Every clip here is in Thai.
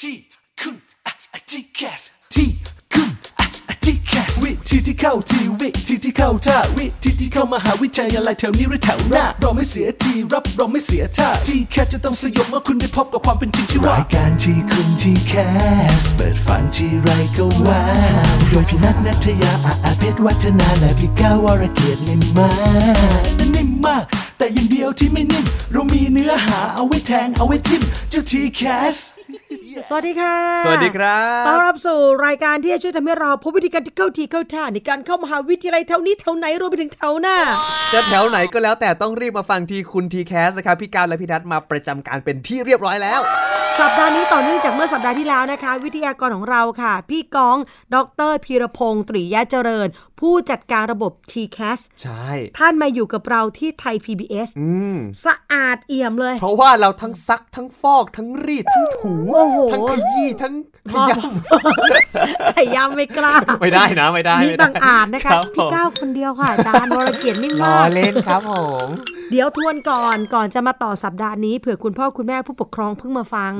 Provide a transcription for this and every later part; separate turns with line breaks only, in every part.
ที่คุณอาจที่แคสที่คุณอาจที่แคสวิธีที่เข้าทีวิธีที่เข้าท่าวิธีที่เข้ามหาวิทยาลัยแถวนี้หรือแถวหน้าเราไม่เสียทีรับเราไม่เสียท่าที่แคสจะต้องสยบเมื่อคุณได้พบกับความเป็นจริงที่ว่ารายการที่คุณที่แคสเปิดฝันที่ไรก็ว่าโดยพี่นัทนัทยาอาอาเพชรวัฒนาและพี่ก้าวรเกียรตินิ่มมากนิ่มมาก แต่อย่างเดียวที่ไม่นิ่มเรามีเนื้อหาเอาไว้แทงเอาไว้ทิมเจ้าทีแคส
สวัสดีค่ะ
สวัสดีครับ
ต้อนรับสู่รายการที่จะช่วยทำให้เราพบวิธีการที่เข้าทีเข้าท่าในการเข้ามหาวิทยาลัยแถวนี้แถวไหนรวมไปถึงแถวหน้า
จะแถวไหนก็แล้วแต่ต้องรีบมาฟังทีคุณทีแคสนะครับพี่กาวและพี่นัทมาประจำการเป็นที่เรียบร้อยแล้ว
สัปดาห์นี้ต่อเนื่องจากเมื่อสัปดาห์ที่แล้วนะคะ วิทยากรของเราค่ะ พี่กอง ดรพีรพงศ์ตรียะเจริญ ผู้จัดการระบบ TCAS
ใช่
ท่านมาอยู่กับเราที่ไทย PBS
อืม
สะอาดเอี่ยมเลย
เพราะว่าเราทั้งซักทั้งฟอกทั้งรีดทั้งถู
โอ้โห
ทั้งขยี้ทั้งขย
พยายามไม่กล้า
ำไม่ได้นะไม่ได้
มี
ไม่ได้
บางอ่านนะคะ
รับ
พี่ก้าวคนเดียวค่ะอาจารย์วรเกียรตินิ่ม
ผมล้
มา
อก เล่นครับผม
เดี๋ยวทวนก่อนก่อนจะมาต่อสัปดาห์นี้เผื่อคุณพ่อคุณแม่ผู้ปกครองเพิ่งมาฟัง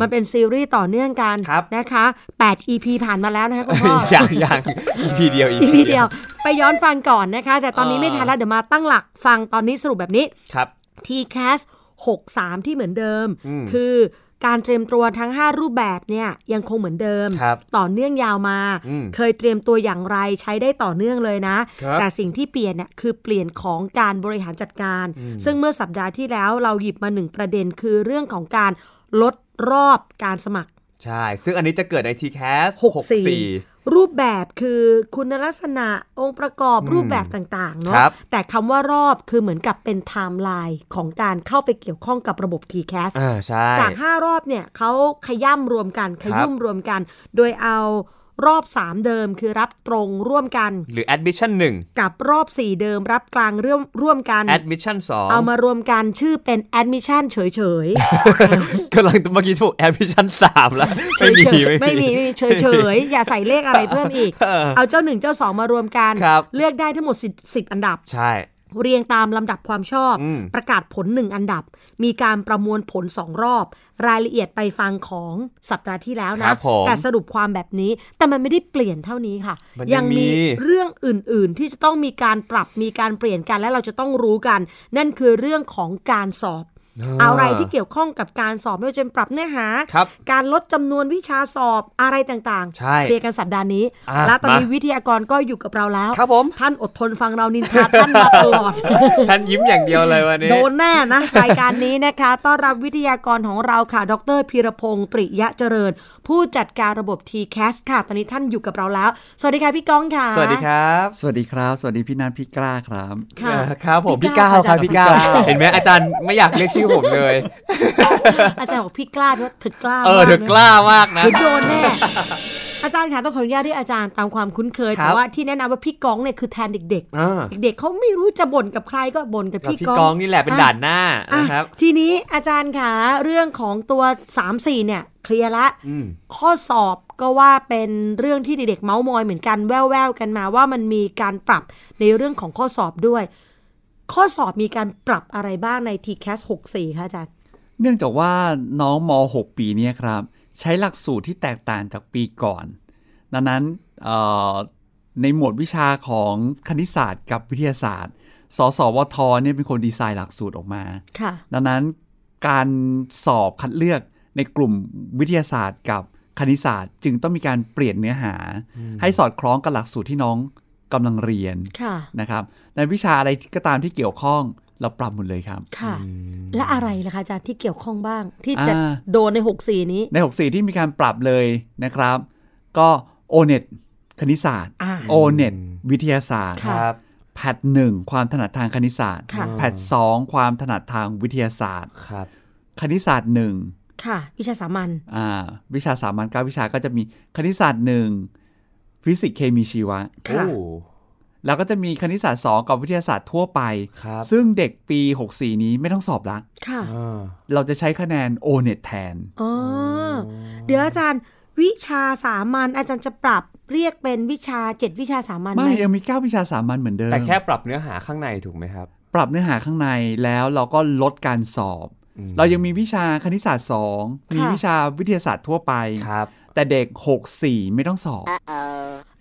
มันเป็นซีรีส์ต่อเนื่องกันนะคะ 8 EP ผ่านมาแล้วนะคะคุณ พ่อ
อย่างอย่างอีพีเดียว
EP เดียว ไปย้อนฟังก่อนนะคะ แต่ตอนนี้
อ่า
ไม่ทันแล้วเดี๋ยวมาตั้งหลักฟังตอนนี้สรุปแบบนี้
ครับ
TCAS 63 ที่เหมือนเดิม คือการเตรียมตัวทั้ง 5 รูปแบบเนี่ยยังคงเหมือนเดิม
ครับ
ต่อเนื่องยาวมา
อืม
เคยเตรียมตัวอย่างไรใช้ได้ต่อเนื่องเลยนะ
ครับ
แต่สิ่งที่เปลี่ยนเนี่ยคือเปลี่ยนของการบริหารจัดการ ซึ่งเมื่อสัปดาห์ที่แล้วเราหยิบมาหนึ่งประเด็นคือเรื่องของการลดรอบการสมัคร
ใช่ ซึ่งอันนี้จะเกิดในทีแคส
64 รูปแบบคือคุณลักษณะองค์ประกอบรูปแบบต่างๆ เนาะ
ครับ
แต่คำว่ารอบคือเหมือนกับเป็นไทม์ไลน์ของการเข้าไปเกี่ยวข้องกับระบบ TCAS
อ่าใช่
จาก 5 รอบเนี่ยเขาขย่ำรวมกัน ขยุ่มรวมกัน โดยเอารอบ 3 เดิมคือรับตรงร่วมกัน
หรือ admission 1
กับรอบ 4 เดิมรับกลางเรื่องร่วมกัน
admission
เอา
2
มารวมกันชื่อเป็น admission เฉยๆ
กำลังเมื่อกี้ถูก admission 3แล้ว
เฉ
ไม่
ย
มี
เฉย
ไม่
ไม่มี
มี
ไม่มีเฉยเฉยอย่าใส่เลขอะไรเพิ่มอีก
เออ
เอาเจ้าหนึ่งเจ้าสองมารวมกัน
ครับ
เลือกได้ทั้งหมด10 10 อันดับ
ใช่
เรียงตามลำดับความชอบ ประกาศผล 1 อันดับ มีการประมวลผล 2 รอบ รายละเอียดไปฟังของสัปดาห์ที่แล้ว
ค
นะ
รับผม
แต่สรุปความแบบนี้แต่มันไม่ได้เปลี่ยนเท่านี้ค่ะ
มันยังมี
เรื่องอื่น ๆ ที่จะต้องมีการปรับมีการเปลี่ยนกันและเราจะต้องรู้กัน นั่นคือเรื่องของการสอบ อะไรที่เกี่ยวข้องกับการสอบไม่ว่าจะเป็นปรับเนื้อหา
ครับ
การลดจำนวนวิชาสอบอะไรต่างๆ
ใช่
เคลียร์กันสัปดาห์นี้
อ่ะ
และตอนนี้
มา
วิทยากรก็อยู่กับเราแล้ว
ครับผม
ท่านอดทนฟังเรานินทาท่านมาตลอด
ท่านยิ้มอย่างเดียวเลยวันนี้
โดนแน่นะ รายการนี้นะคะ ต้อนรับวิทยากรของเราค่ะ ดรพีรพงศ์ตริยะเจริญ ผู้จัดการระบบ TCAS ค่ะ ตอนนี้ท่านอยู่กับเราแล้ว สวัสดีค่ะพี่ก้องค่ะ
สวัสดีครับ
สวัสดีครับ สวัสดีพี่นันพี่กล้าครับ
ค่ะ
เออครับผมพี่ก้าวครับพี่ก้าวเห็นไหมอาจารย์ไม่อยากเรียกชื่อผมเลย
อาจารย์บอกพี่กล้าด้วยว่าถึกกล้า
เออ
ม
เธอกล้ามากนะ
ถึกโดนแน่ อาจารย์ค่ะต้องขออนุญาตเรียกอาจารย์ตามความคุ้นเคย
ครับ
แต่ว่าที่แนะนำว่าพี่ก้องเนี่ยคือแทนเด็ก
อ่า
เด็กๆเขาไม่รู้จะบ่นกับใครก็บ่นกับ
กับ
พี่
พี่
ก้อง
กองนี่แหละเป็น
อ่
ด่านหน้า
อ่ะ
นะครับ
ทีนี้อาจารย์ค่ะเรื่องของตัว 3 4 เนี่ย เคลียร์ละ ข้อสอบก็ว่าเป็นเรื่องที่เด็กๆเมาส์มอยเหมือนกันแว่วๆกันมาว่ามันมีการปรับในเรื่องของข้อสอบด้วย ข้อสอบมีการปรับอะไรบ้างใน TCAS 64คะอาจารย์
เนื่องจากว่าน้องม .6 ปีเนี้ครับ ใช้หลักสูตรที่แตกต่างจากปีก่อน ดังนั้นเอ่อในหมวดวิชาของคณิตศาสตร์กับวิทยาศาสตร์ สสวทเนี่ยเป็นคนดีไซน์หลักสูตรออกมา
ค่ะ
ดังนั้นการสอบคัดเลือกในกลุ่มวิทยาศาสตร์กับคณิตศาสตร์ จึงต้องมีการเปลี่ยนเนื้อหา ให้สอดคล้องกับหลักสูตรที่น้องกำลังเรียน
ค่ะ
นะครับในวิชาอะไรก็ตามที่เกี่ยวข้องเราปรับหมดเลยครับ
ค่ะ และอะไรล่ะคะอาจารย์ที่เกี่ยวข้องบ้าง ที่จะ
อ่า
โดนใน 64 นี้
ใน 64 ที่มีการปรับเลยนะครับ ก็โอเน็ตคณิตศาสตร์
อ่า
โอเน็ตวิทยาศาสตร์
ค่ะ
แพทหนึ่งความถนัดทางคณิตศาสตร์
ค่ะ
แพทสองความถนัดทางวิทยาศาสตร์
ครับ
คณิตศาสตร์หนึ่ง
ค่ะ วิชาสามัญ
อ่าวิชาสามัญเก้าวิชาก็จะมีคณิตศาสตร์หนึ่งฟิสิกส์เคมีชีวะ
ค่ะ
โอ้
แล้วก็จะมีคณิตศาสตร์สองกับวิทยาศาสตร์ทั่วไป
ครับ
ซึ่งเด็กปี 64 นี้ไม่ต้องสอบละ
ค่ะ
อ่า
เราจะใช้คะแนนโอเน็ตแทน
อ๋อเดี๋ยวอาจารย์วิชาสามัญอาจารย์จะปรับเรียกเป็นวิชาเจ็ดวิชาสามัญไหม
ไม่ยังมี 9 วิชาสามัญเหมือนเดิม
แต่แค่ปรับเนื้อหาข้างในถูกไหมครับ
ปรับเนื้อหาข้างในแล้วเราก็ลดการสอบ เรายังมีวิชาคณิตศาสตร์ 2 มีวิชาวิทยาศาสตร์ทั่วไป
ครับ
แต่เด็ก 6 4 ไม่ต้องสอบ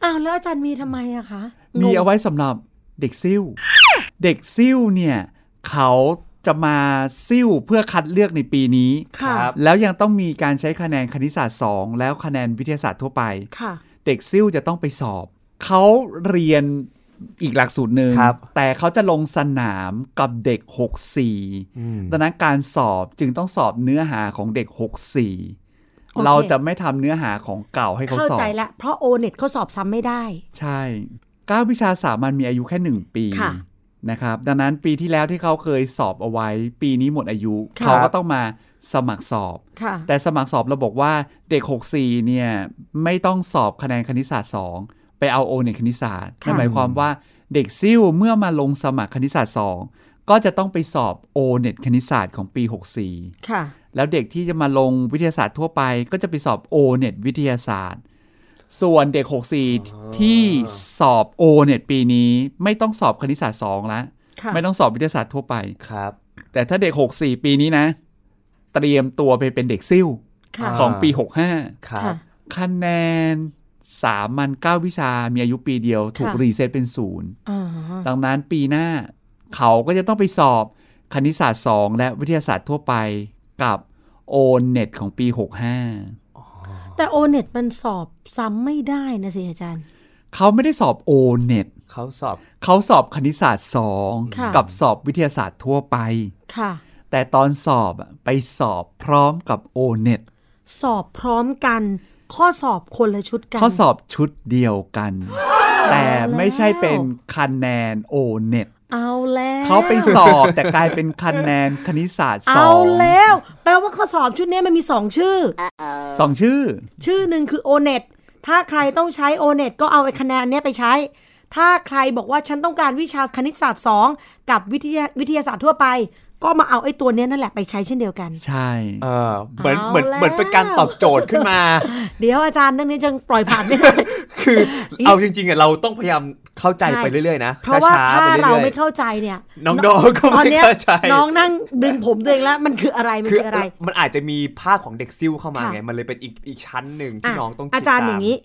อ้าวแล้วอาจารย์มีทำไมอะคะ
มีเอา
งง
ไว้สำหรับเด็กซิ่ว เด็กซิ่วเนี่ย เขาจะมาซิ่วเพื่อคัดเลือกในปีนี้
ค่ะ
ครับ
แล้วยังต้องมีการใช้คะแนนคณิตศาสตร์ 2 แล้วคะแนนวิทยาศาสตร์ทั่วไป
ค่ะ
เด็กซิ่วจะต้องไปสอบ เขาเรียนอีกหลักสูตรหนึ่ง
ครับ
แต่เขาจะลงสนามกับเด็ก 64ดังนั้นการสอบจึงต้องสอบเนื้อหาของเด็ก
อเค
64 เราจะไม่ทำเนื้อหาของเก่าให้เขา
เข้า
สอบ
ใจละเพราะโอเน็ตเขาสอบซ้ำไม่ได้
ใช่เก้าวิชาสามัญมีอายุแค่หนึ่งปี
ค่ะ
นะครับ ดังนั้นปีที่แล้วที่เขาเคยสอบเอาไว้ ปีนี้หมดอายุ
ค่ะ
เขาก็ต้องมาสมัครสอบ
ค่ะ
แต่สมัครสอบเราบอกว่าเด็ก 64 เนี่ย ไม่ต้องสอบคะแนนคณิตศาสตร์ 2 ไปเอาโอในคณิตศาสตร์
ค่ะ
นั่นหมายความว่าเด็กซิ่วเมื่อมาลงสมัครคณิตศาสตร์ 2 ก็จะต้องไปสอบโอเน็ตคณิตศาสตร์ของปี 64
ค่ะ
แล้วเด็กที่จะมาลงวิทยาศาสตร์ทั่วไป ก็จะไปสอบโอเน็ตวิทยาศาสตร์ ส่วนเด็ก 64 ที่สอบโอเน็ตปีนี้ ไม่ต้องสอบคณิตศาสตร์2ละ
ค่ะ
ไม่ต้องสอบวิทยาศาสตร์ทั่วไป
ครับ
แต่ถ้าเด็ก 64 ปีนี้นะ เตรียมตัวไปเป็นเด็กซิ่ว
ค่ะ
อ่า
ของปี
ครั
ค่ะ
บ
65 คะแนนสามัญ9วิชา มีอายุปีเดียว ถูก
ค่ะ
รีเซ็ตเป็นศูนย์
อ่า
ดังนั้นปีหน้าเขาก็จะต้องไปสอบคณิตศาสตร์ 2 และวิทยาศาสตร์ทั่วไปกับโอเน็ตของปี 65
แต่โอเน็ตมันสอบซ้ำไม่ได้นะสิอาจารย์
เขาไม่ได้สอบโอเน็ต
เขาสอบ
เขาสอบคณิตศาสตร์
ค่ะ
2 กับสอบวิทยาศาสตร์ทั่วไป
ค่ะ
แต่ตอนสอบอะไปสอบพร้อมกับโอเน็ต
สอบพร้อมกัน ข้อสอบคนละชุดกัน
เขาสอบชุดเดียวกัน แต่ไม่ใช่เป็นคะแนนโอเน็ต
เอาแล้ว
เขาไปสอบแต่กลายเป็นคะแนนคณิตศาสตร์ส
เอา
อง
แล้ว แปลว่าข้อสอบชุดเนี้ยมันมีสองชื่อ
สองชื่อ
ชื่อหนึ่งคือ o n e t ถ้าใครต้องใช้ o n e t ก็เอาไอ้คะแนนเนี้ยไปใช้ ถ้าใครบอกว่าฉันต้องการวิชาคณิตศาสตร์ 2 กับวิทยาวิทยาศาสตร์ทั่วไป ก็มาเอาไอ้ตัวเนี้ยนั่นแหละไปใช้เช่นเดียวกัน
ใช่
เออเหมือน
เอา
เหมือน
แล้ว
เหมือนเป็นการตอบโจทย์ขึ้นมา
เดี๋ยวอาจารย์เรื่องนี้จะปล่อยผ่านไม่ได้
คือเอาจริงๆอ่ะเราต้องพยายามเข้ าใจไปเรื่อยๆนะ
เพราะว่า
ช้ๆ
ถ้า
ไปอยๆ
เราไม่เข้าใจเนี่ย
น้องดอก็
ต
ไม่
นนี้ย
เข้าใจ
น้องนั่งดึงผมตัวเองแล้ว มันคืออะไรมัน
คือ
คืออะไร
มันอาจจะมีภาพของเด็กซิ่วเข้ามา
ค่ะ
ไง มันเลยเป็นอีกอีกชั้นหนึ่งที่
อ่ะ
น้องต้องคิด
อาจารย์อย่างนี้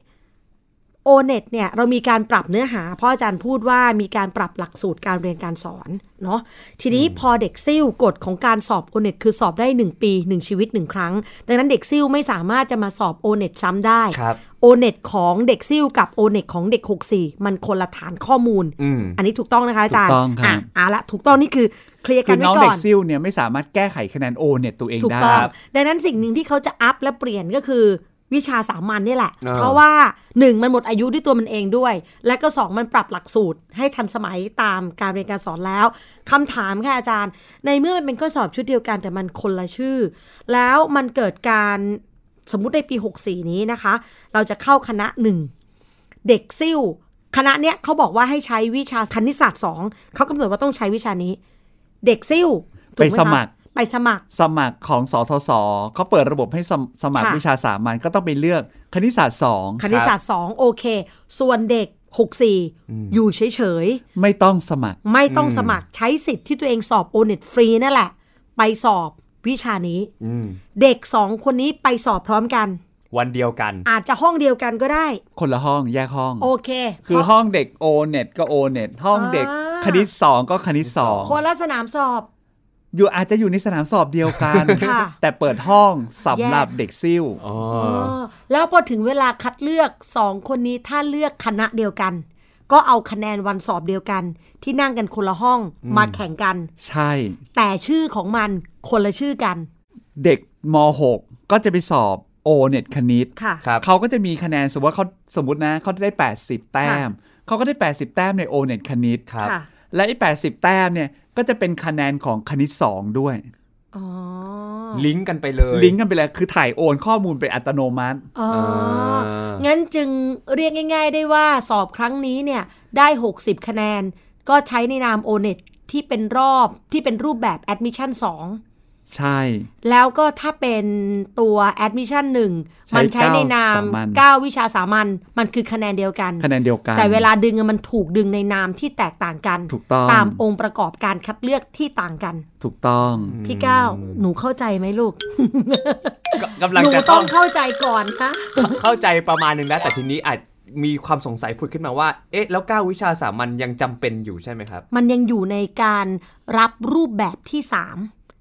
โอเน็ตเนี่ยเรามีการปรับเนื้อหา เพราะอาจารย์พูดว่ามีการปรับหลักสูตรการเรียนการสอนเนาะทีนี้พอเด็กซิ่วกฎของการสอบโอเน็ตคือสอบได้ 1 ปี 1 ชีวิต 1 ครั้ง ดังนั้นเด็กซิ่วไม่สามารถจะมาสอบโอเน็ตซ้ำได้
ตามครับ
โอเน็ตของเด็กซิ่วกับโอเน็ตของเด็ก 64 มันคนละฐานข้อมูล
อืม
อันนี้ถูกต้องนะคะอาจารย์
ถูกต้องครับ
ะเอาละถูกต้องนี่คือเคลียร์
คื
กัน
อ
ไว้
น้อง
ก่
เด็
อก น
ซิ่วเนี่ยไม่สามารถแก้ไขคะแนนโอเน็ตตัวเอง
ถูก
ได้
ต้อง
ครับ
ดังนั้นสิ่งหนึ่งที่เขาจะอัพและเปลี่ยนก็คือวิชาสามัญนี่แหละ
อ่า
เพราะว่าหนึ่งมันหมดอายุด้วยตัวมันเองด้วย และก็สองมันปรับหลักสูตรให้ทันสมัยตามการเรียนการสอนแล้วคำถามค่ะอาจารย์ ในเมื่อมันเป็นข้อสอบชุดเดียวกันแต่มันคนละชื่อ แล้วมันเกิดการสมมุติในปี 64 นี้นะคะ เราจะเข้าคณะหนึ่ง เด็กซิ่วคณะเนี้ยเขาบอกว่าให้ใช้วิชาคณิตศาสตร์สองเขากำหนดว่าต้องใช้วิชานี้ เด็กซิ่วถูกห
ไปสมัคร
คะไปสมัคร
สมัครของสทศเขาเปิดระบบให้สมสมัคร
ค่ะ
วิชาสามัญก็ต้องไปเลือกคณิตศาสตร์
คณิตศาสตร์2โอเค ส่วนเด็ก 64 อยู่เฉย
2 ไม่ต้องสมัคร
ๆ ไม่ต้องสมัครใช้สิทธิ์ที่ตัวเองสอบโอเน็ตฟรีนั่นแหละ ไปสอบวิชานี้ เด็ก 2 คนนี้ไปสอบพร้อมกัน
วันเดียวกัน
อาจจะห้องเดียวกันก็ได้
คนละห้องแยกห้อง
โอเค
คือ
เพราะ
ห้องเด็กโอเน็ตก็โอเน็ตห้องเด็ก
อ่า
คณิต 2 ก็คณิต
ค
2
นละสนามสอบ
อยู่อาจจะอยู่ในสนามสอบเดียวกัน
ค่ะ
แต่เปิดห้องสำหรับเด็กซิ่ว
เออแล้วพอถึงเวลาคัดเลือก 2 คนนี้ถ้าเลือกคณะเดียวกัน ก็เอาคะแนนวันสอบเดียวกัน ที่นั่งกันคนละห้องมาแข่งกัน
ใช่
แต่ชื่อของมันคนละชื่อกัน
เด็กม .6 ก็จะไปสอบโอเน็ตคณิต
ค่ะ
ครับ
เขาก็จะมีคะแนนสมมติว่าเขาสมมตินะเขาได้ 80 แต้ม เขาก็ได้ 80 แต้มในโอเน็ตคณิต
ครับ
ค่ะ
และไอ้80 แต้มเนี่ยก็จะเป็นคะแนนของคณิต 2 ด้วย
อ๋อ
ลิงก์กันไปเลย
ลิงก์กันไปเลยคือถ่ายโอนข้อมูลไปอัตโนมัติ
อ๋ออา งั้นจึงเรียกง่าย ๆ ได้ว่าสอบครั้งนี้เนี่ย ได้ 60 คะแนน ก็ใช้ในนาม o n e t ที่เป็นรอบที่เป็นรูปแบบ Admission
ใช่
แล้วก็ถ้าเป็นตัว admission 1
ใช้
มันใช้ในนาม
เก้าสามั
9
ญ
วิชาสามัญมันคือคะแนนเดียวกัน
คะแนนเดียวกัน
แต่เวลาดึงอะมันถูกดึงในนามที่แตกต่างกัน
ถูกต้อง
ตามองค์ประกอบการคัดเลือกที่ต่างกัน
ถูกต้อง
พี่ก้าวหนูเข้าใจไหมลูก
กำลัง
หนู
จะ
ต้
ต้
อ
อง
งเข้าใจก่อนนะ
เข้าใจประมาณหนึงแล้ว แต่ทีนี้อาจมีความสงสัยผุดขึ้นมาว่า เอ๊ะ แล้วเก้าวิชาสามัญยังจำเป็นอยู่ใช่ไหมครับ
มันยังอยู่ในการรับรูปแบบที่ 3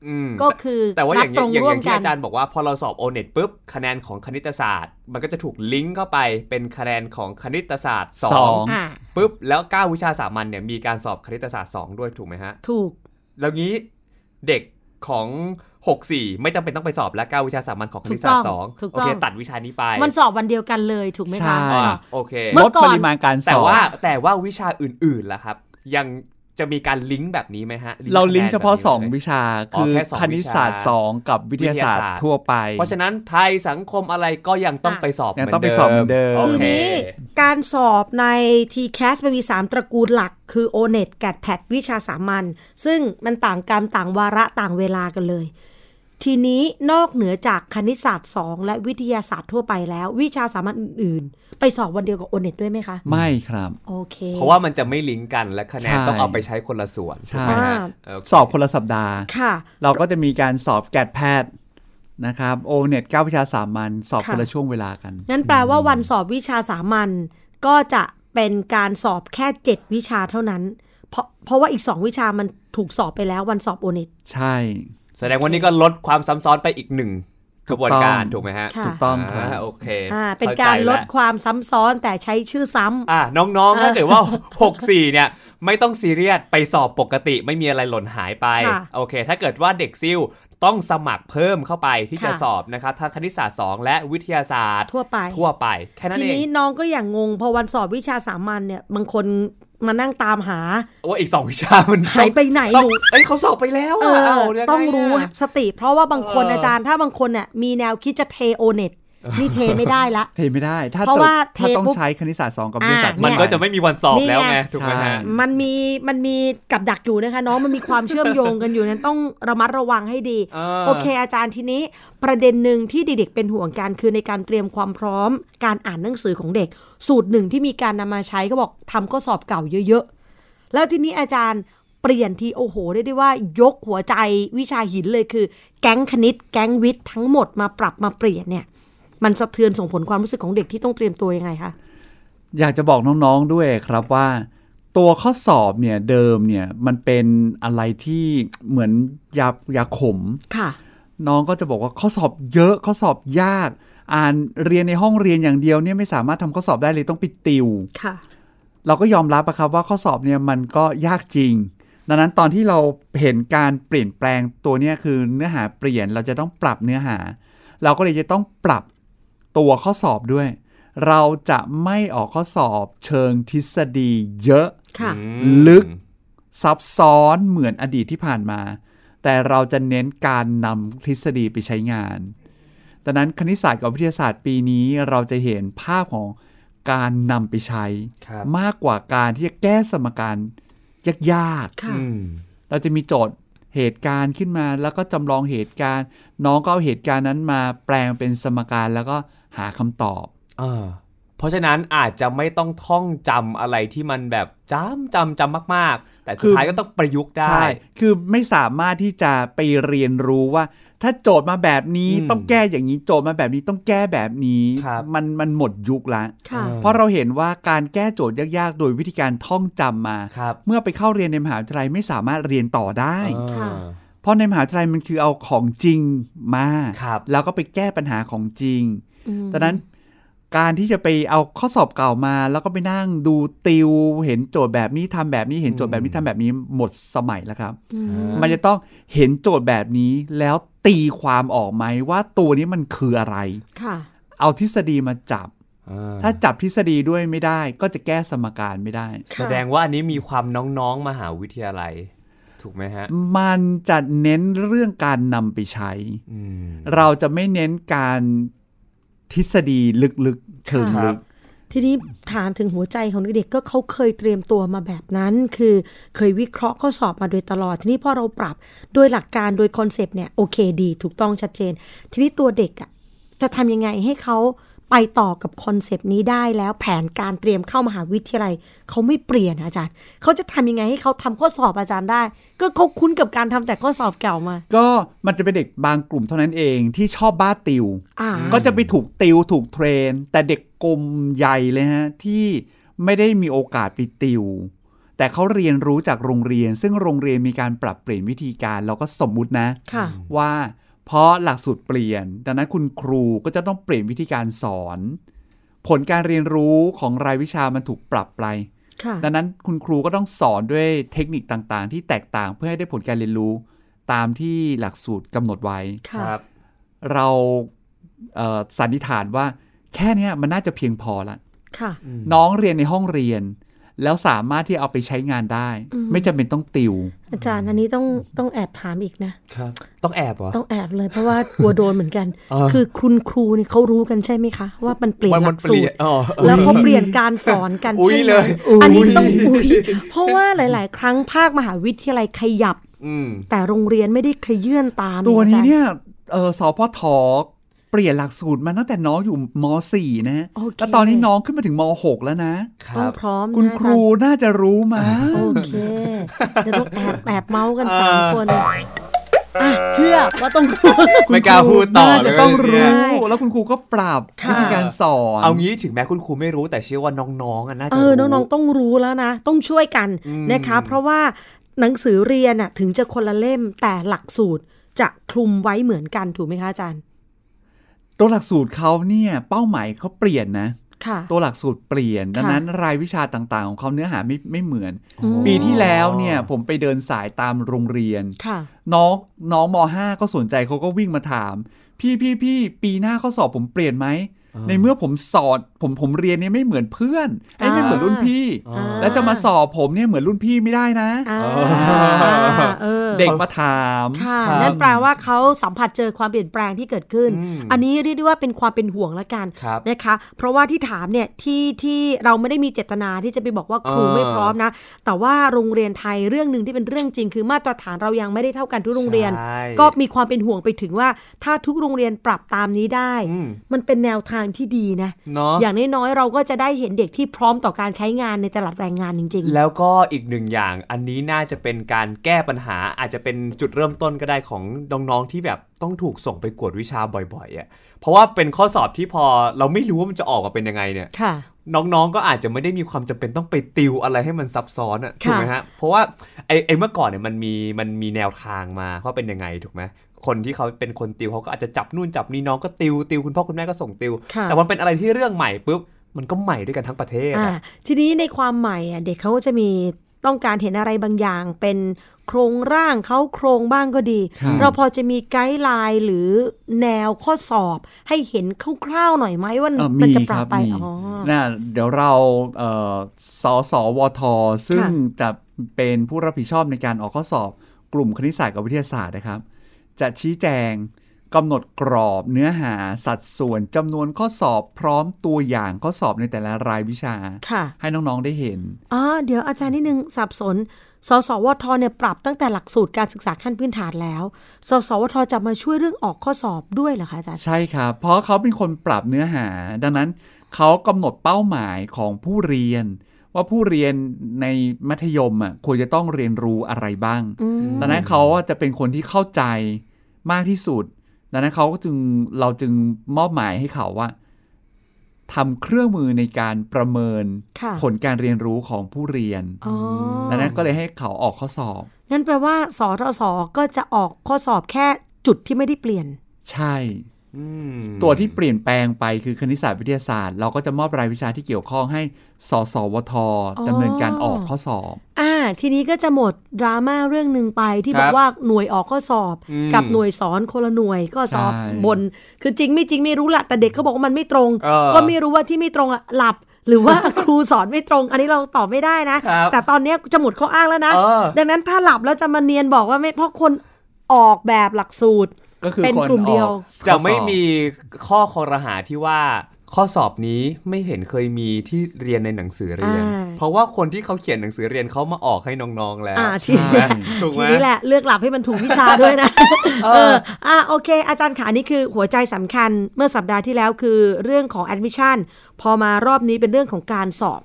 อืม
ก็คือ
แต่ว่าอ
รั
ย่าง
ต
เงี้
ร
ย
งร่ว
อย่างอย่าม ง
กั
ที่
น
อาจารย์บอกว่าพอเราสอบโอเน็ตปุ๊บคะแนนของคณิตศาสตร์ มันก็จะถูกลิงก์เข้าไปเป็นคะแนนของคณิตศาสตร์ส
ส
อ
อง ง
อ่า
ปุ๊บแล้วเก้าวิชาสามัญเนี่ยมีการสอบคณิตศาสตร์สองด้วยถูกไหมฮะ
ถูก
แล้วงี้เด็กของ 64 ไม่จำเป็นต้องไปสอบและเก้าวิชาสามัญของคณิตศาสตร์สอง
ถูกต้อง
โอเคตัดวิชานี้ไป
มันสอบวันเดียวกันเลยถูกไหมคะ
ใช่
อ่า
สอบ
โอเค
เมื่
ล
อ
ด
ก่อน
ปริมาณการส
แต่
อบ
ว่าแต่ว่าวิชาอื่นๆล่ะครับ ยังจะมีการลิงก์แบบนี้ไหมฮะ
เราลิงก์เฉพาะ
คะแนนแบบนี้ไหม
2 วิชา
อ๋อ
คือ
แค่สอง
คณิตศาสตร์
วิชา
2 กับวิทยาศาสต
วิทยาศาสต
ร์
ร์
ทั่วไป
เพราะฉะนั้นไทยสังคมอะไรก็ยังต้องไปสอบ
ยังต้องไปสอบเหมือนเดิม
โอ
ที
เค
นี้การสอบใน TCAS มันมี 3 ตระกูลหลักคือ ONET กัดแพดวิชาสามัญซึ่งมันต่างกรรมต่างวาระต่างเวลากันเลย ทีนี้นอกเหนือจากคณิตศาสตร์ 2 และวิทยาศาสตร์ทั่วไปแล้ว วิชาสามัญอื่นๆ ไปสอบวันเดียวกับ ONET ด้วยไหมคะ
ไม่ครับ
โอเค
เพราะว่ามันจะไม่ลิงก์กันและคะแนน
ใช่
ต้องเอาไปใช้คนละส่วน
ใช่
ถูกไหมฮะ
อ่า
เ
สอบคนละสัปดาห์
ค่ะ
เราก็จะมีการสอบแกดแพทย์นะครับโอเน็ตเก้าวิชาสามัญสอบ
ค่ะ
คนละช่วงเวลากัน
งั้นแปลว่าวันสอบวิชาสามัญก็จะเป็นการสอบแค่ 7 วิชาเท่านั้น เพราะเพราะว่าอีก 2 วิชามันถูกสอบไปแล้ววันสอบ ONET
ใช่
แสดงว่านี่ก็ลดความซ้ำซ้อนไปอีกหนึ่งกระบวนการถู
ถูกต้อ
ก
ง
ไหมฮะ
ค่ะ
ถูกต้องครับ
าโอเค
อ่าเป็น
ข้ใจ
การลด
แว
ความซ้ำซ้อนแต่ใช้ชื่อซ้ำ
อ่ะน้องๆถ้าเกิดว่า 64 เนี่ย ไม่ต้องซีเรียสไปสอบปกติไม่มีอะไรหล่นหายไป
ค่ะ
โอเค ถ้าเกิดว่าเด็กซิ่วต้องสมัครเพิ่มเข้าไปที่จะ
ค่ะ
สอบนะครับทั้งคณิตศาสตร์ 2 และวิทยาศาสตร์
ทั่วไป
ทั่วไป แค่นั้น
ที
เอ
นี้
ง
น้องก็อย่างงงพอวันสอบวิชาสามัญเนี่ยบางคนมานั่งตามหา
ว่าอีก 2 วิชามัน
หายไปไหน
ต้
ห
อง
นู
เอ้ยเขาสอบไปแล้ว
เอ
อ่ะ
อ
เายังไงะ
ต้องรู้สติ เพราะว่าบางคน
เอออ
อาจารย์ถ้าบางคนเนี่ยมีแนวคิดจะเทโอเน็ตนี่เทไม่ได้ละ
เทไม่ได้ ถ้า
เพราะ
ตก
ว่า
ถ้า
เท
ต้อง
ปุ๊บ
ใช้คณิตศาสตร์สองกับ
อ่า
วิทยาศาสตร์
เนี่
มัน
ย
ก็จะไม่มีวันสอบ
นี่ไง
แล้วไงถูกไหมฮะ
มันมีมันมีกับดักอยู่นะคะ น้องมันมีความเชื่อมโยงกันอยู่นั้นต้องระมัดระวังให้ดี
เออ
โอเคอาจารย์ทีนี้ประเด็นหนึ่งที่เด็กๆเป็นห่วงกันคือในการเตรียมความพร้อม การอ่านหนังสือของเด็ก สูตรหนึ่งที่มีการนำมาใช้ก็บอกทำข้อสอบเก่าเยอะๆ แล้วทีนี้อาจารย์เปลี่ยนทีโอ้โหเรียกได้ว่ายกหัวใจวิชาหินเลยคือ แก๊งคณิต แก๊งวิทย์ทั้งหมดมาปรับมาเปลี่ยนเนี่ย มันสะเทือนส่งผลความรู้สึกของเด็กที่ต้องเตรียมตัวยังไงคะ
อยากจะบอกน้องๆด้วยครับว่า ตัวข้อสอบเนี่ยเดิมเนี่ยมันเป็นอะไรที่เหมือนยายาขม
ค่ะ
น้องก็จะบอกว่าข้อสอบเยอะข้อสอบยาก อ่านเรียนในห้องเรียนอย่างเดียวเนี่ยไม่สามารถทำข้อสอบได้เลยต้องไปติว
ค่ะ
เราก็ยอมรับอะครับว่าข้อสอบเนี่ยมันก็ยากจริง ดังนั้นตอนที่เราเห็นการเปลี่ยนแปลงตัวเนี่ยคือเนื้อหาเปลี่ยนเราจะต้องปรับเนื้อหา เราก็เลยจะต้องปรับตัวข้อสอบด้วย เราจะไม่ออกข้อสอบเชิงทฤษฎีเยอะ
ค่ะ
อืม
ลึก ซับซ้อนเหมือนอดีตที่ผ่านมา แต่เราจะเน้นการนำทฤษฎีไปใช้งาน ดังนั้นคณิตศาสตร์กับวิทยาศาสตร์ปีนี้เราจะเห็นภาพของการนำไปใช้
ครับ
มากกว่าการที่จะแก้สมการยาก
ค่ะ
อืม
ๆ เราจะมีโจทย์เหตุการณ์ขึ้นมา แล้วก็จำลองเหตุการณ์ น้องก็เอาเหตุการณ์นั้นมาแปลงเป็นสมการแล้วก็หาคำตอบ
อ่าเพราะฉะนั้นอาจจะไม่ต้องท่องจำอะไรที่มันแบบจำจำจำมากๆ แต่สุดท้ายก็ต้องประยุกต์ได้
ใช่ คือไม่สามารถที่จะไปเรียนรู้ว่า ถ้าโจทย์มาแบบนี้
อืม
ต้องแก้อย่างนี้โจทย์มาแบบนี้ต้องแก้แบบนี้
ครับ
มันมันหมดยุคละ
ค่ะ
เออ
เพราะเราเห็นว่าการแก้โจทย์ยากๆ โดยวิธีการท่องจำมา
ครับ
เมื่อไปเข้าเรียนในมหาวิทยาลัยไม่สามารถเรียนต่อได้
ค่ะ
อ่า
เพราะในมหาวิทยาลัยมันคือเอาของจริงมา
ครับ
แล้วก็ไปแก้ปัญหาของจริง
อืม
ดังนั้นการที่จะไปเอาข้อสอบเก่ามา แล้วก็ไปนั่งดูติว เห็นโจทย์แบบนี้ทำแบบนี้เห็นโจทย์แบบนี้ทำแบบนี้หมดสมัยแล้วครับ มันจะต้องเห็นโจทย์แบบนี้แล้วตีความออกไหมว่าตัวนี้มันคืออะไร
ค่ะ
เอาทฤษฎีมาจับ
อ่า
ถ้าจับทฤษฎีด้วยไม่ได้ ก็จะแก้สมการไม่ได้
แสดงว่าอันนี้มีความน้องๆมหาวิทยาลัย ถูกไหมฮะ
มันจะเน้นเรื่องการนำไปใช้
อืม
เราจะไม่เน้นการทฤษฎีลึกๆ เชิง
ครั
ลึ
บ
ก
ทีนี้ถามถึงหัวใจของเด็กๆก็เขาเคยเตรียมตัวมาแบบนั้น คือเคยวิเคราะห์ข้อสอบมาโดยตลอด ทีนี้พอเราปรับโดยหลักการโดยคอนเซปต์เนี่ยโอเคดีถูกต้องชัดเจน ทีนี้ตัวเด็กอ่ะจะทำยังไงให้เขาไปต่อกับคอนเซปต์นี้ได้แล้วแผนการเตรียมเข้ามหาวิทยาลัยเขาไม่เปลี่ยนอาจารย์ เขาจะทำยังไงให้เขาทำข้อสอบอาจารย์ได้ ก็เขาคุ้นกับการทำแต่ข้อสอบเก่ามา
ก็มันจะเป็นเด็กบางกลุ่มเท่านั้นเองที่ชอบบ้าติว
อ่า
ก็จะไปถูกติวถูกเทรน แต่เด็กกลมใหญ่เลยฮะ ที่ไม่ได้มีโอกาสไปติว แต่เขาเรียนรู้จากโรงเรียน ซึ่งโรงเรียนมีการปรับเปลี่ยนวิธีการเราก็สมมุตินะ
ค่ะ
ว่าเพราะหลักสูตรเปลี่ยน ดังนั้นคุณครูก็จะต้องเปลี่ยนวิธีการสอน ผลการเรียนรู้ของรายวิชามันถูกปรับไป
ค่ะ
ดังนั้นคุณครูก็ต้องสอนด้วยเทคนิคต่างๆ ที่แตกต่างเพื่อให้ได้ผลการเรียนรู้ตามที่หลักสูตรกำหนดไว้
ค่ะ
ครับ
เราเอ่อสันนิษฐานว่าแค่เนี้ยมันน่าจะเพียงพอละ
ค่ะ
น้องเรียนในห้องเรียน แล้วสามารถที่เอาไปใช้งานได้
อืม
ไม่จำเป็นต้องติว
อาจารย์อันนี้ต้องต้องแอบถามอีกนะ
ครับ ต้องแอบเหรอ
ต้องแอบเลยเพราะว่ากลัวโดนเหมือนกัน
เออ
คือคุณครูนี่เขารู้กันใช่ไหมคะ ว่ามันเปลี่ยนหลักสูตร
อ๋อ
แล้วเขาเปลี่ยนการสอนกัน
อุ๊ย
ใช่ไหม
เลย
อันนี้ต้องอุ้ยเพราะว่าหลาย ๆ ครั้งภาคมหาวิทยาลัยขยับ
อืม
แต่โรงเรียนไม่ได้ขยื่นตาม
ตัวนี้
อาจาร
เนี่ยเออสพทเปลี่ยนหลักสูตรมาตั้งแต่น้องอยู่ม .4 นะฮะ
โอเค
แล้วตอนนี้น้องขึ้นมาถึงม .6 แล้วนะ
ต้องพร้อม
คุณ
นะอา
ค
จาร
รู
ย์
น่าจะรู้มา
โอเคเดี๋ยวต้องแอบแอบเมาส์กันสามคนอ่ะเชื่อว่าต้องครู
ไม่กล้าพูดต่อ
น่า
เล
จะ
ย
ต้อง
เนี่
รู้
ย
แล้วคุณครูก็ปรับ
ค่ะ
วิธีการสอน
เอางี้ถึงแม้คุณครูไม่รู้แต่เชื่อว่าน้องๆอะน่าจะ
เอ
รู้
อ น้องๆ ต้องรู้แล้วนะ ต้องช่วยกันนะคะ เพราะว่าหนังสือเรียนน่ะถึงจะคนละเล่มแต่หลักสูตรจะคลุมไว้เหมือนกันถูกไหมคะอาจารย์
ตัวหลักสูตรเขาเนี่ย เป้าหมายเขาเปลี่ยนนะ
ค่ะ
ตัวหลักสูตรเปลี่ยน
ค่ะ
ดังนั้นรายวิชาต่างๆ ของเขาเนื้อหาไม่ไม่เหมือน
อืม
ปีที่แล้วเนี่ยผมไปเดินสายตามโรงเรียน
ค่ะ
น้องน้องม .5 ก็สนใจเขาก็วิ่งมาถาม พี่พี่พี่ปีหน้าข้อสอบผมเปลี่ยนไหม
อ่า
ในเมื่อผมสอบผมผมเรียนเนี่ยไม่เหมือนเพื่อนไอ้ย
อ่า
ไม่เหมือนรุ่นพี่
อ๋อ
แล้วจะมาสอบผมเนี่ยเหมือนรุ่นพี่ไม่ได้นะ
อ่า
อ๋อ
เออ
เด็กมาถาม
ค่ะ
ครับ
นั่นแปลว่าเขาสัมผัสเจอความเปลี่ยนแปลงที่เกิดขึ้น
อืม
อันนี้เรียกได้ว่าเป็นความเป็นห่วงละกัน
ครับ
นะคะ เพราะว่าที่ถามเนี่ยที่ที่เราไม่ได้มีเจตนาที่จะไปบอกว่าครูไม่พร้อมนะ แต่ว่าโรงเรียนไทยเรื่องหนึ่งที่เป็นเรื่องจริง คือมาตรฐานเรายังไม่ได้เท่ากันทุกโรงเรียน
ใช่
ก็มีความเป็นห่วงไปถึงว่า ถ้าทุกโรงเรียนปรับตามนี้ได้
อืม
มันเป็นแนวทางที่ดีนะ
เนาะ
อย่างน้อยๆเราก็จะได้เห็นเด็กที่พร้อมต่อการใช้งานในตลาดแรงงานจริง ๆ
แล้วก็อีกหนึ่งอย่างอันนี้น่าจะเป็นการแก้ปัญหาอาจจะเป็นจุดเริ่มต้นก็ได้ของน้องๆที่แบบต้องถูกส่งไปกวดวิชาบ่อยๆอ่ะเพราะว่าเป็นข้อสอบที่พอเราไม่รู้ว่ามันจะออกมาเป็นยังไงเนี่ย
ค่ะ
น้องๆ ก็อาจจะไม่ได้มีความจำเป็นต้องไปติวอะไรให้มันซับซ้อนอะถูกไหมฮะ เพราะว่าไอ้ไอ้เมื่อก่อนเนี่ยมันมีมันมีแนวทางมาว่าเป็นยังไงถูกไหมคนที่เขาเป็นคนติวเขาก็อาจจะจับนู่นจับนี่น้องก็ติวติวคุณพ่อคุณแม่ก็ส่งติว
ค่ะ
แต่มันเป็นอะไรที่เรื่องใหม่ปุ๊บมันก็ใหม่ด้วยกันทั้งประเทศ
อ่า
อะ
ทีนี้ในความใหม่อ่ะเด็กเขาก็จะมีต้องการเห็นอะไรบางอย่าง เป็นโครงร่างเขาโครงบ้างก็ดี เราพอจะมีไกด์ไลน์หรือแนวข้อสอบให้เห็นคร่าวๆหน่อยไหมว่า
เอ่อ
มัน
มี
จะป
ค
รั
รั
บบ ไป
มี
อ๋อ
นะเดี๋ยวเราเอ่อสสวท ซึ่ง
ค่ะ
จะเป็นผู้รับผิดชอบในการออกข้อสอบกลุ่มคณิตศาสตร์กับวิทยาศาสตร์นะครับ จะชี้แจงกำหนดกรอบเนื้อหาสัดส่วนจำนวนข้อสอบพร้อมตัวอย่างข้อสอบในแต่ละรายวิชา
ค่ะ
ให้น้องๆได้เห็น
อ๋อเดี๋ยวอาจารย์นิดนึงสับสน สสวทเนี่ยปรับตั้งแต่หลักสูตรการศึกษาขั้นพื้นฐานแล้ว สสวทจะมาช่วยเรื่องออกข้อสอบด้วยเหรอคะอาจารย์
ใช่ครับ เพราะเขาเป็นคนปรับเนื้อหา ดังนั้นเขากำหนดเป้าหมายของผู้เรียน ว่าผู้เรียนในมัธยมอ่ะควรจะต้องเรียนรู้อะไรบ้าง
อืม
ดังนั้นเขาอ่ะจะเป็นคนที่เข้าใจมากที่สุด ดังนั้นเขาก็จึงเราจึงมอบหมายให้เขาว่าทำเครื่องมือในการประเมิน
ค่ะ
ผลการเรียนรู้ของผู้เรียน
อ๋อ
ดังนั้นก็เลยให้เขาออกข้อสอบ
นั่นแปลว่าสทศก็จะออกข้อสอบแค่จุดที่ไม่ได้เปลี่ยน
ใช่ ตัวที่เปลี่ยนแปลงไปคือคณิตศาสตร์วิทยาศาสตร์ เราก็จะมอบรายวิชาที่เกี่ยวข้องให้สสวทดำเนินการออกข้อสอบ
อ่า ทีนี้ก็จะหมดดราม่าเรื่องหนึ่งไปที่
ค
บ
รับ
อกว่าหน่วยออกข้อสอบ
อืม
กับหน่วยสอนคนละหน่วยก็สอบ
ใช่
บน คือจริงไม่จริงไม่รู้ละแต่เด็กเขาบอกว่ามันไม่ตรง
เออ
ก็ไม่รู้ว่าที่ไม่ตรงอะหลับ หรือว่า ครูสอนไม่ตรง อันนี้เราตอบไม่ได้นะ
ครับ
แต่ตอนเนี้ยจะหมดข้ออ้างแล้วนะ
เออ
ดังนั้นถ้าหลับแล้วจะมาเนียนบอกว่าไม่เพราะคนออกแบบหลักสูตร
ก็คือ
เป็น
คน
กลุ่มเดียว
ออข้อสอบ
จะไม่มีข้อคอรหาที่ว่า ข้อสอบนี้ไม่เห็นเคยมีที่เรียนในหนังสือเรียน
อ่า
เพราะว่าคนที่เขาเขียนหนังสือเรียนเขามาออกให้น้องๆแล้ว
อ่าที
ถูก ไหม
เนี้ยที
ถูกไหม
นี้แหละเลือกหลับให้มันถูกวิชาด้วยนะ เอออ่ะโอเค อาจารย์ขานี่คือหัวใจสำคัญเมื่อสัปดาห์ที่แล้วคือเรื่องของ admission พอมารอบนี้เป็นเรื่องของการสอบ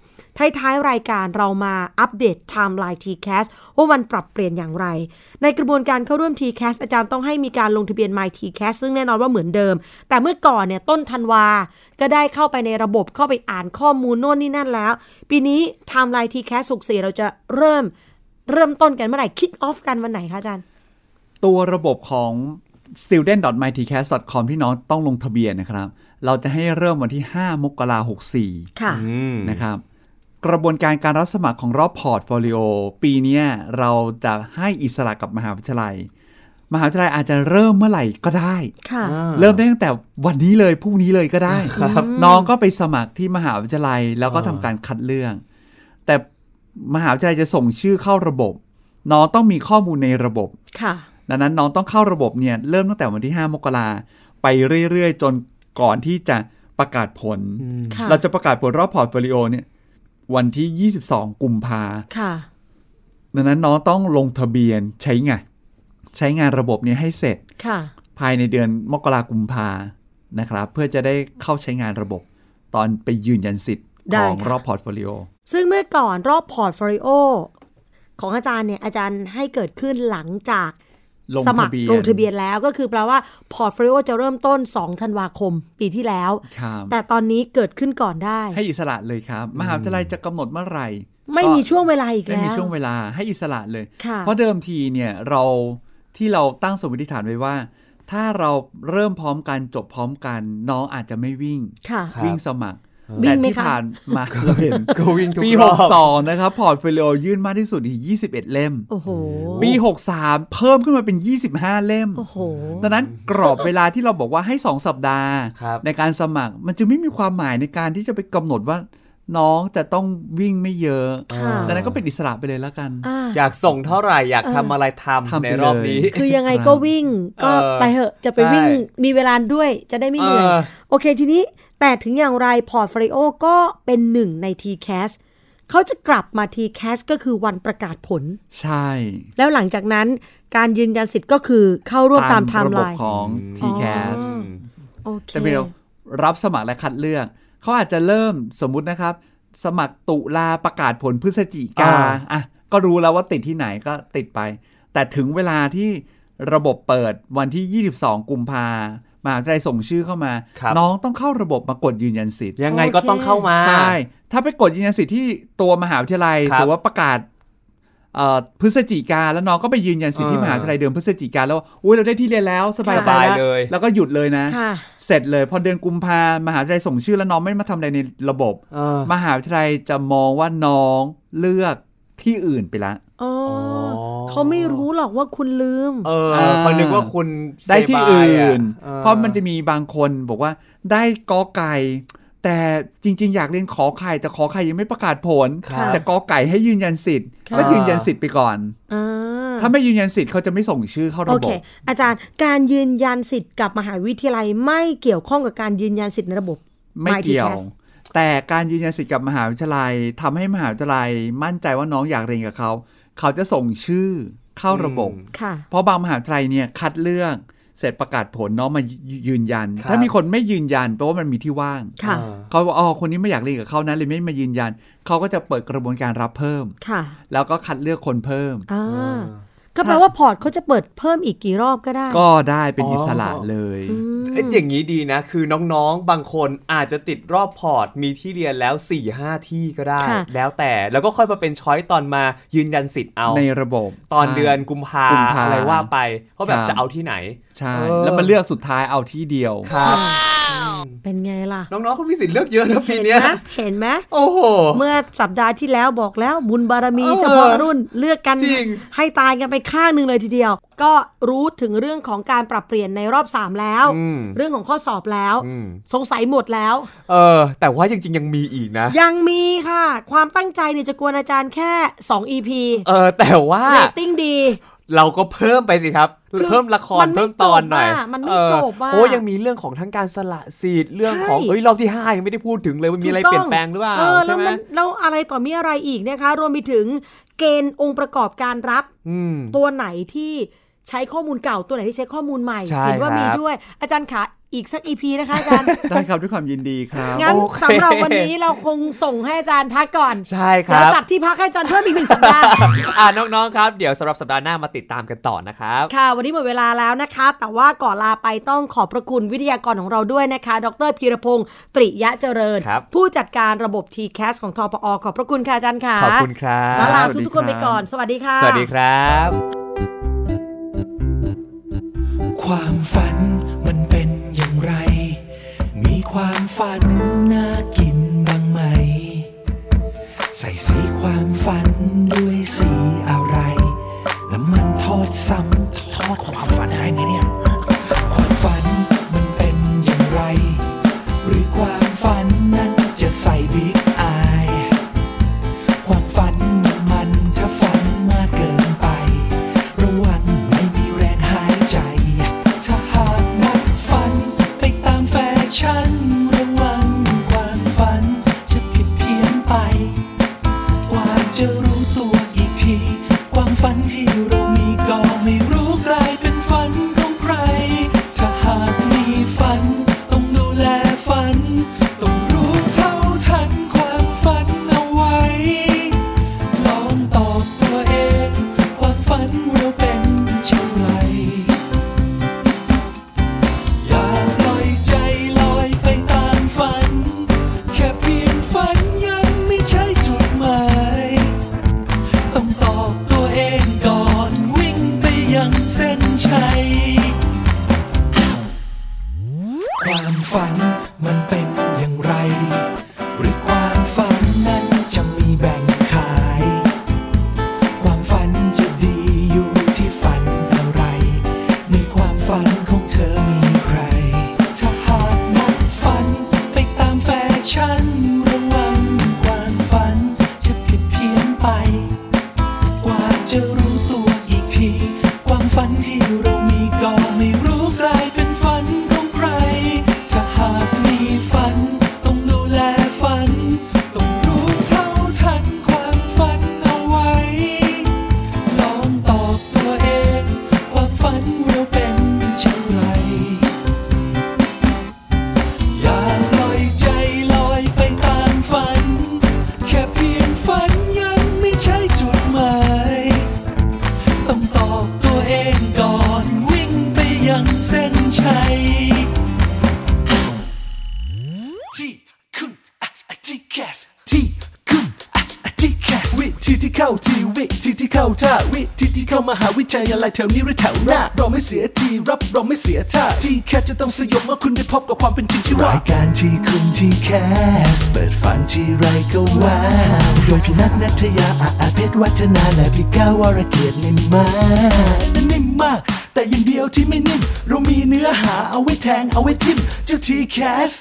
ท้ายๆรายการเรามาอัปเดตไทม์ไลน์ TCAS ว่ามันปรับเปลี่ยนอย่างไร ในกระบวนการเข้าร่วม TCAS อาจารย์ต้องให้มีการลงทะเบียน My TCAS ซึ่งแน่นอนว่าเหมือนเดิม แต่เมื่อก่อนเนี่ยต้นธันวา ก็ได้เข้าไปในระบบเข้าไปอ่านข้อมูลโน่นนี่นั่นแล้ว ปีนี้ไทม์ไลน์ TCAS 64เราจะเริ่ม เริ่มต้นกันเมื่อไหร่ คิกออฟกันวันไหนคะอาจารย์
ตัวระบบของ student.mytcast.com ที่น้องต้องลงทะเบียนนะครับ เราจะให้เริ่มวันที่ 5 มกราคม64
ค่ะ
อืม
นะครับ กระบวนการการรับสมัครของรอบพอร์ตโฟลิโอปีเนี้ยเราจะให้อิสระกับมหาวิทยาลัย มหาวิทยาลัยอาจจะเริ่มเมื่อไหร่ก็ได้
ค่ะ
เริ่มได้ตั้งแต่วันนี้เลยพรุ่งนี้เลยก็ได้ น้องก็ไปสมัครที่มหาวิทยาลัยแล้วก็
อ่า
ทำการคัดเลือก แต่มหาวิทยาลัยจะส่งชื่อเข้าระบบ น้องต้องมีข้อมูลในระบบ
ค่ะ
ดังนั้นน้องต้องเข้าระบบเนี่ยเริ่มตั้งแต่วันที่ 5 มกราไปเรื่อยๆ จนก่อนที่จะประกาศผล
ค่ะ
เราจะประกาศผลรอบพอร์ตโฟลิโอเนี่ยวันที่ 22 กุมภา
ค่ะ
ดังนั้นน้องต้องลงทะเบียนใช้ไงานใช้งานระบบเนี้ให้เสร็จ
ค่ะ
ภายในเดือนมกราคมกุมภานะครับ เพื่อจะได้เข้าใช้งานระบบ ตอนไปยืนยันสิทธิ์
ได้
ของ
ค่ะ
รอบพอร์ตโฟลิโอ
ซึ่งเมื่อก่อนรอบพอร์ตโฟลิโอของอาจารย์เนี่ย อาจารย์ให้เกิดขึ้นหลังจาก
ลง
สมั
ทะ
คร
เบียน
ลงทะเบียนแล้วก็คือแปลว่าพอร์ตโฟลิโอจะเริ่มต้น 2 ธันวาคมปีที่แล้ว
ครับ
แต่ตอนนี้เกิดขึ้นก่อนได้
ให้อิสระเลยครับ มหาวิทยาลัยจะกำหนดเมื่อไหร่
ไม่
ก็
มีช่วงเวลาอีก
ไม่
แล้ว
มีช่วงเวลาให้อิสระเลย
ค่ะ
เพราะเดิมทีเนี่ยเราที่เราตั้งสมมติฐานไว้ว่า ถ้าเราเริ่มพร้อมกันจบพร้อมกันน้องอาจจะไม่วิ่ง
ค่ะ
รับ
วิ่งสมัคร
วิ่
แต่
งไหม
ที่
คะ
ผ่านมาเราเห็น
ก็วิ่งทุก
ปี
รอบ
62นะครับพอร์ตโฟลิโอยื่นมากที่สุดอีก21 เล่ม
โอ้โห
ปี 63 เพิ่มขึ้นมาเป็น 25 เล่ม
โอ้โห
ดังนั้นกรอบเวลาที่เราบอกว่าให้ 2 สัปดาห์
ครับ
ในการสมัคร มันจึงไม่มีความหมายในการที่จะไปกำหนดว่าน้องจะต้องวิ่งไม่เยอะ
ค่ะ
ดังนั้นก็เป็นอิสระไปเลยแล้วกัน
อ่า
อยากส่งเท่าไหร่อยากทำอะไรทำ
ทำไป
ในรอบนี้
เลย
คือยังไงก็วิ่งก็
เออ
ไปเหอะจะไปวิ่ง
ใช่
มีเวลาด้วยจะได้ไม่เหนื่อย
เออ
โอเคทีนี้แต่ถึงอย่างไรพอร์ตโฟลิโอก็เป็นหนึ่งใน TCAS เขาจะกลับมา TCAS ก็คือวันประกาศผล
ใช่
แล้วหลังจากนั้นการยืนยันสิทธิ์ก็คือเข้าร่วมตามไทม์
ระ
ไล
บบ
น์
ของ
อ๋อ
TCAS
โอเค
แต่เพียงรับสมัครและคัดเลือก เขาอาจจะเริ่มสมมุตินะครับ สมัครตุลาประกาศผลพฤศจิกา
อ่า
อ่ะก็รู้แล้วว่าติดที่ไหนก็ติดไป แต่ถึงเวลาที่ระบบเปิดวันที่ 22 กุมภามหาวิทยาลัยส่งชื่อเข้ามา
ครับ
น้องต้องเข้าระบบมากดยืนยันสิทธิ์
ยังไงก็ต้องเข้ามา
ใช่ ถ้าไปกดยืนยันสิทธิ์ที่ตัวมหาวิทยาลัย
ครับ
สมมติว่าประกาศเอ่อพฤศจิกาแล้วน้องก็ไปยืนยันสิทธิ์ที่
เออ
มหาวิทยาลัยเดิมพฤศจิกาแล้วว่าอุ้ยเราได้ที่เรียนแล้วสบาย
ส
ใจ
บาย
แล้ว
เลย
แล้วก็หยุดเลยนะ
ค่ะ
เสร็จเลยพอเดือนกุมภามหาวิทยาลัยส่งชื่อแล้วน้องไม่มาทำอะไรในระบบ
เออ
มหาวิทยาลัยจะมองว่าน้องเลือกที่อื่นไปละ
อ๋ออเขาไม่รู้หรอกว่าคุณลืม
เออ
อ่า
เขานึกว่าคุณ
ได้ที่อื่น
เซบยอ
เพราะมันจะมีบางคนบอกว่าได้กอไก่ แต่จริง ๆ อยากเรียนขอไข่แต่ขอไข่ยังไม่ประกาศผล
ครับ
แต่กอไก่ให้ยืนยันสิทธิ์
ค่ะ
ก็ยืนยันสิทธิ์ไปก่อน
อ่า
ถ้าไม่ยืนยันสิทธิ์เขาจะไม่ส่งชื่อเข้า
โอ
ระบ
เค
บ
อาจารย์การยืนยันสิทธิ์กับมหาวิทยาลัยไม่เกี่ยวข้องกับการยืนยันสิทธิ์ในระบบ
ไม่เกี่ยว
MyTCAS
แต่การยืนยันสิทธิ์กับมหาวิทยาลัยทำให้มหาวิทยาลัยมั่นใจว่าน้องอยากเรียนกับเขา เขาจะส่งชื่อเข้าระบบ
อืม
ค่ะ
เพราะบางมหาวิทยาลัยเนี่ยคัดเลือกเสร็จประกาศผลน้องมายืนยัน
ครับ
ถ้ามีคนไม่ยืนยันแปลว่ามันมีที่ว่าง
ค่ะ
อ่า
เขาบอกอ๋อคนนี้ไม่อยากเรียนกับเขานะเลยไม่มายืนยัน เขาก็จะเปิดกระบวนการรับเพิ่ม
ค่ะ
แล้วก็คัดเลือกคนเพิ่ม
อ่าก็แปลว่าพอร์ตเขาจะเปิดเพิ่มอีกกี่รอบก็ได้
ก็ได้เป็น
อ๋ออิ
อิสระเลย
เอ้ยอย่างนี้ดีนะ คือน้องๆ บางคนอาจจะติดรอบพอร์ต มีที่เรียนแล้ว4ี่ห้าที่ก็ได้
ค่ะ
แล้วแต่แล้วก็ค่อยมาเป็นช้อยตอนมายืนยันสิทธิ์เอา
ในระบบ
ตอน
ใช่
เดือนกุมภา
กุมภา
อะไรว่าไปเพราะแบบ
ครับ
จะเอาที่ไหน
ใช่
เออ
แล้วมาเลือกสุดท้ายเอาที่เดียว
ครับ
เป็นไงล่ะ
น้องๆเขามีสิทธิ์เลือกเยอะนะปีเนี้ย
นะเห็นไหม
โอ้โห
เมื่อสัปดาห์ที่แล้วบอกแล้วบุญบารมี
เออ
เฉพาะรุ่นเลือกกัน
จริง
ให้ตายกันไปข้างหนึ่งเลยทีเดียว ก็รู้ถึงเรื่องของการปรับเปลี่ยนในรอบ 3 แล้ว เรื่องของข้อสอบแล้ว สงสัยหมดแล้ว
เออ แต่ว่าจริง ๆ ยังมีอีกนะ
ยังมีค่ะ ความตั้งใจเนี่ยจะกวนอาจารย์แค่ 2 EP
เออแต่ว่า
เรตติ้งดี
เราก็เพิ่มไปสิครับ
คือ
เพิ่มละคร
มันไม่
เพิ่มตอนหน่อย
จบอะมันไม่
เออ
จบอะ
เพราะว่ายังมีเรื่องของทั้งการสละสิทธิ์เรื่องของ
ใช่
เอ้ยรอบที่ห้ายังไม่ได้พูดถึงเลยมันมีอะไร
ถูกต้
เปลี่ยนแปลงหรือเปล่า
เออแล้
ใช่
ว
ไหม
มันแล้วอะไรต่อมีอะไรอีกนะคะ รวมไปถึงเกณฑ์องค์ประกอบการรับ
อืม
ตัวไหนที่ใช้ข้อมูลเก่าตัวไหนที่ใช้ข้อมูลใหม่
ใช่
เห็นว่ามี
ครับ
ด้วย อาจารย์ขาอีกสักอีพีนะคะอาจารย์
ได้ครับด้วยความยินดีครับ
งั้น
โอเค
สำหรับวันนี้เราคงส่งให้อาจารย์พักก่อน
ใช่ค
แล้ว
รับ
จัดที่พักให้อาจารย์เพิ่มอีกหนึ่งสัปดา ห์
อ่าน้องๆครับ เดี๋ยวสำหรับสัปดาห์หน้ามาติดตามกันต่อนะครับ
ค่ะ วันนี้หมดเวลาแล้วนะคะ แต่ว่าก่อนลาไปต้องขอบพระคุณวิทยากรของเราด้วยนะคะ ดรพีรพงศ์ตริยะเจริญ
ครับ
ผู้จัดการระบบ t c a s สของทปอ ขอบพระคุณค่ะอาจารย์ค่ะ
ขอบคุณครั
แล้วลา
บ
สวัสดี
ทุกๆคนไป
ครับ
ก่อน สวัสดีค่ะ
สวัสดีครับ
ความฝันมันเป็นอย่างไร มีความฝันน่ากินบ้างไหม ใส่สีความฝันด้วยสีอะไร แล้วมันทอดซ้ำทอดความฝันได้ไงเนี่ย ความฝันมันเป็นอย่างไร หรือความฝันนั้นจะใส่บิ๊กอาย ความฝันมันมันถ้าฝันมากเกินไป ระวังไม่มีแรงหายใจ ถ้าหากนักฝันไปตามแฟชั่น ระวังความฝันจะผิดเพี้ยนไป กว่าจะรู้ตัวอีกที ความฝันที่เรามีก็ไม่รู้กลายเป็นฝันของใคร ถ้าหากมีฝัน ต้องดูแลฝัน ต้องรู้เท่าทันความฝันเอาไว้ ลองตอบตัวเอง ความฝันเราเป็นเช่นไร อย่าปล่อยใจลอยไปตามฝัน แค่เพียงฝันยังไม่ใช่จุดหมาย ต้องตอบตัวเองก่อนวิ่งไปยังเส้นชัย ความฝันมันเป็นอย่างไร หรือความฝันนั้นจะมีแบ่งขาย ความฝันจะดีอยู่ที่ฝันอะไร ในความฝันของเธอมีใคร ถ้าหากนักฝันไปตามแฟชั่น ระวังความฝันจะผิดเพี้ยนไป กว่าจะรู้ตัวอีกที ความฝันที่เรามีก็ไม่รู้กลายเป็นฝันของใคร ถ้าหากมีฝัน ต้องดูแลฝัน ต้องรู้เท่าทันความฝันเอาไว้ ลองตอบตัวเอง ความฝันเราเป็นเช่นไร อย่าปล่อยใจลอยไปตามฝัน แค่เพียงฝันยังไม่ใช่จุดหมาย ต้องตอบตัวเองก่อนวิ่งไปยังเส้นชัยที่คุณที่แคสที่คุณที่แคสวิธีที่เข้าทีวิธีที่เข้าท่าวิธีที่เข้ามหาวิทยาลัยแถวนี้หรือแถวหน้าเราไม่เสียทีรับเราไม่เสียท่าที่แคสจะต้องสยบเมื่อคุณได้พบกับความเป็นจริงที่ว่ารายการที่คุณที่แคสเปิดฝันที่ไรก็ว้าวโดยพี่นัทนัทยาอาอาเพชรวัฒนาและพี่ก้าววรเกียรตินิ่มมากนิ่มมาก แต่อย่างเดียวที่ไม่นิ่ม เรามีเนื้อหาเอาไว้แทงเอาไว้ทิมเจ้าทีแคส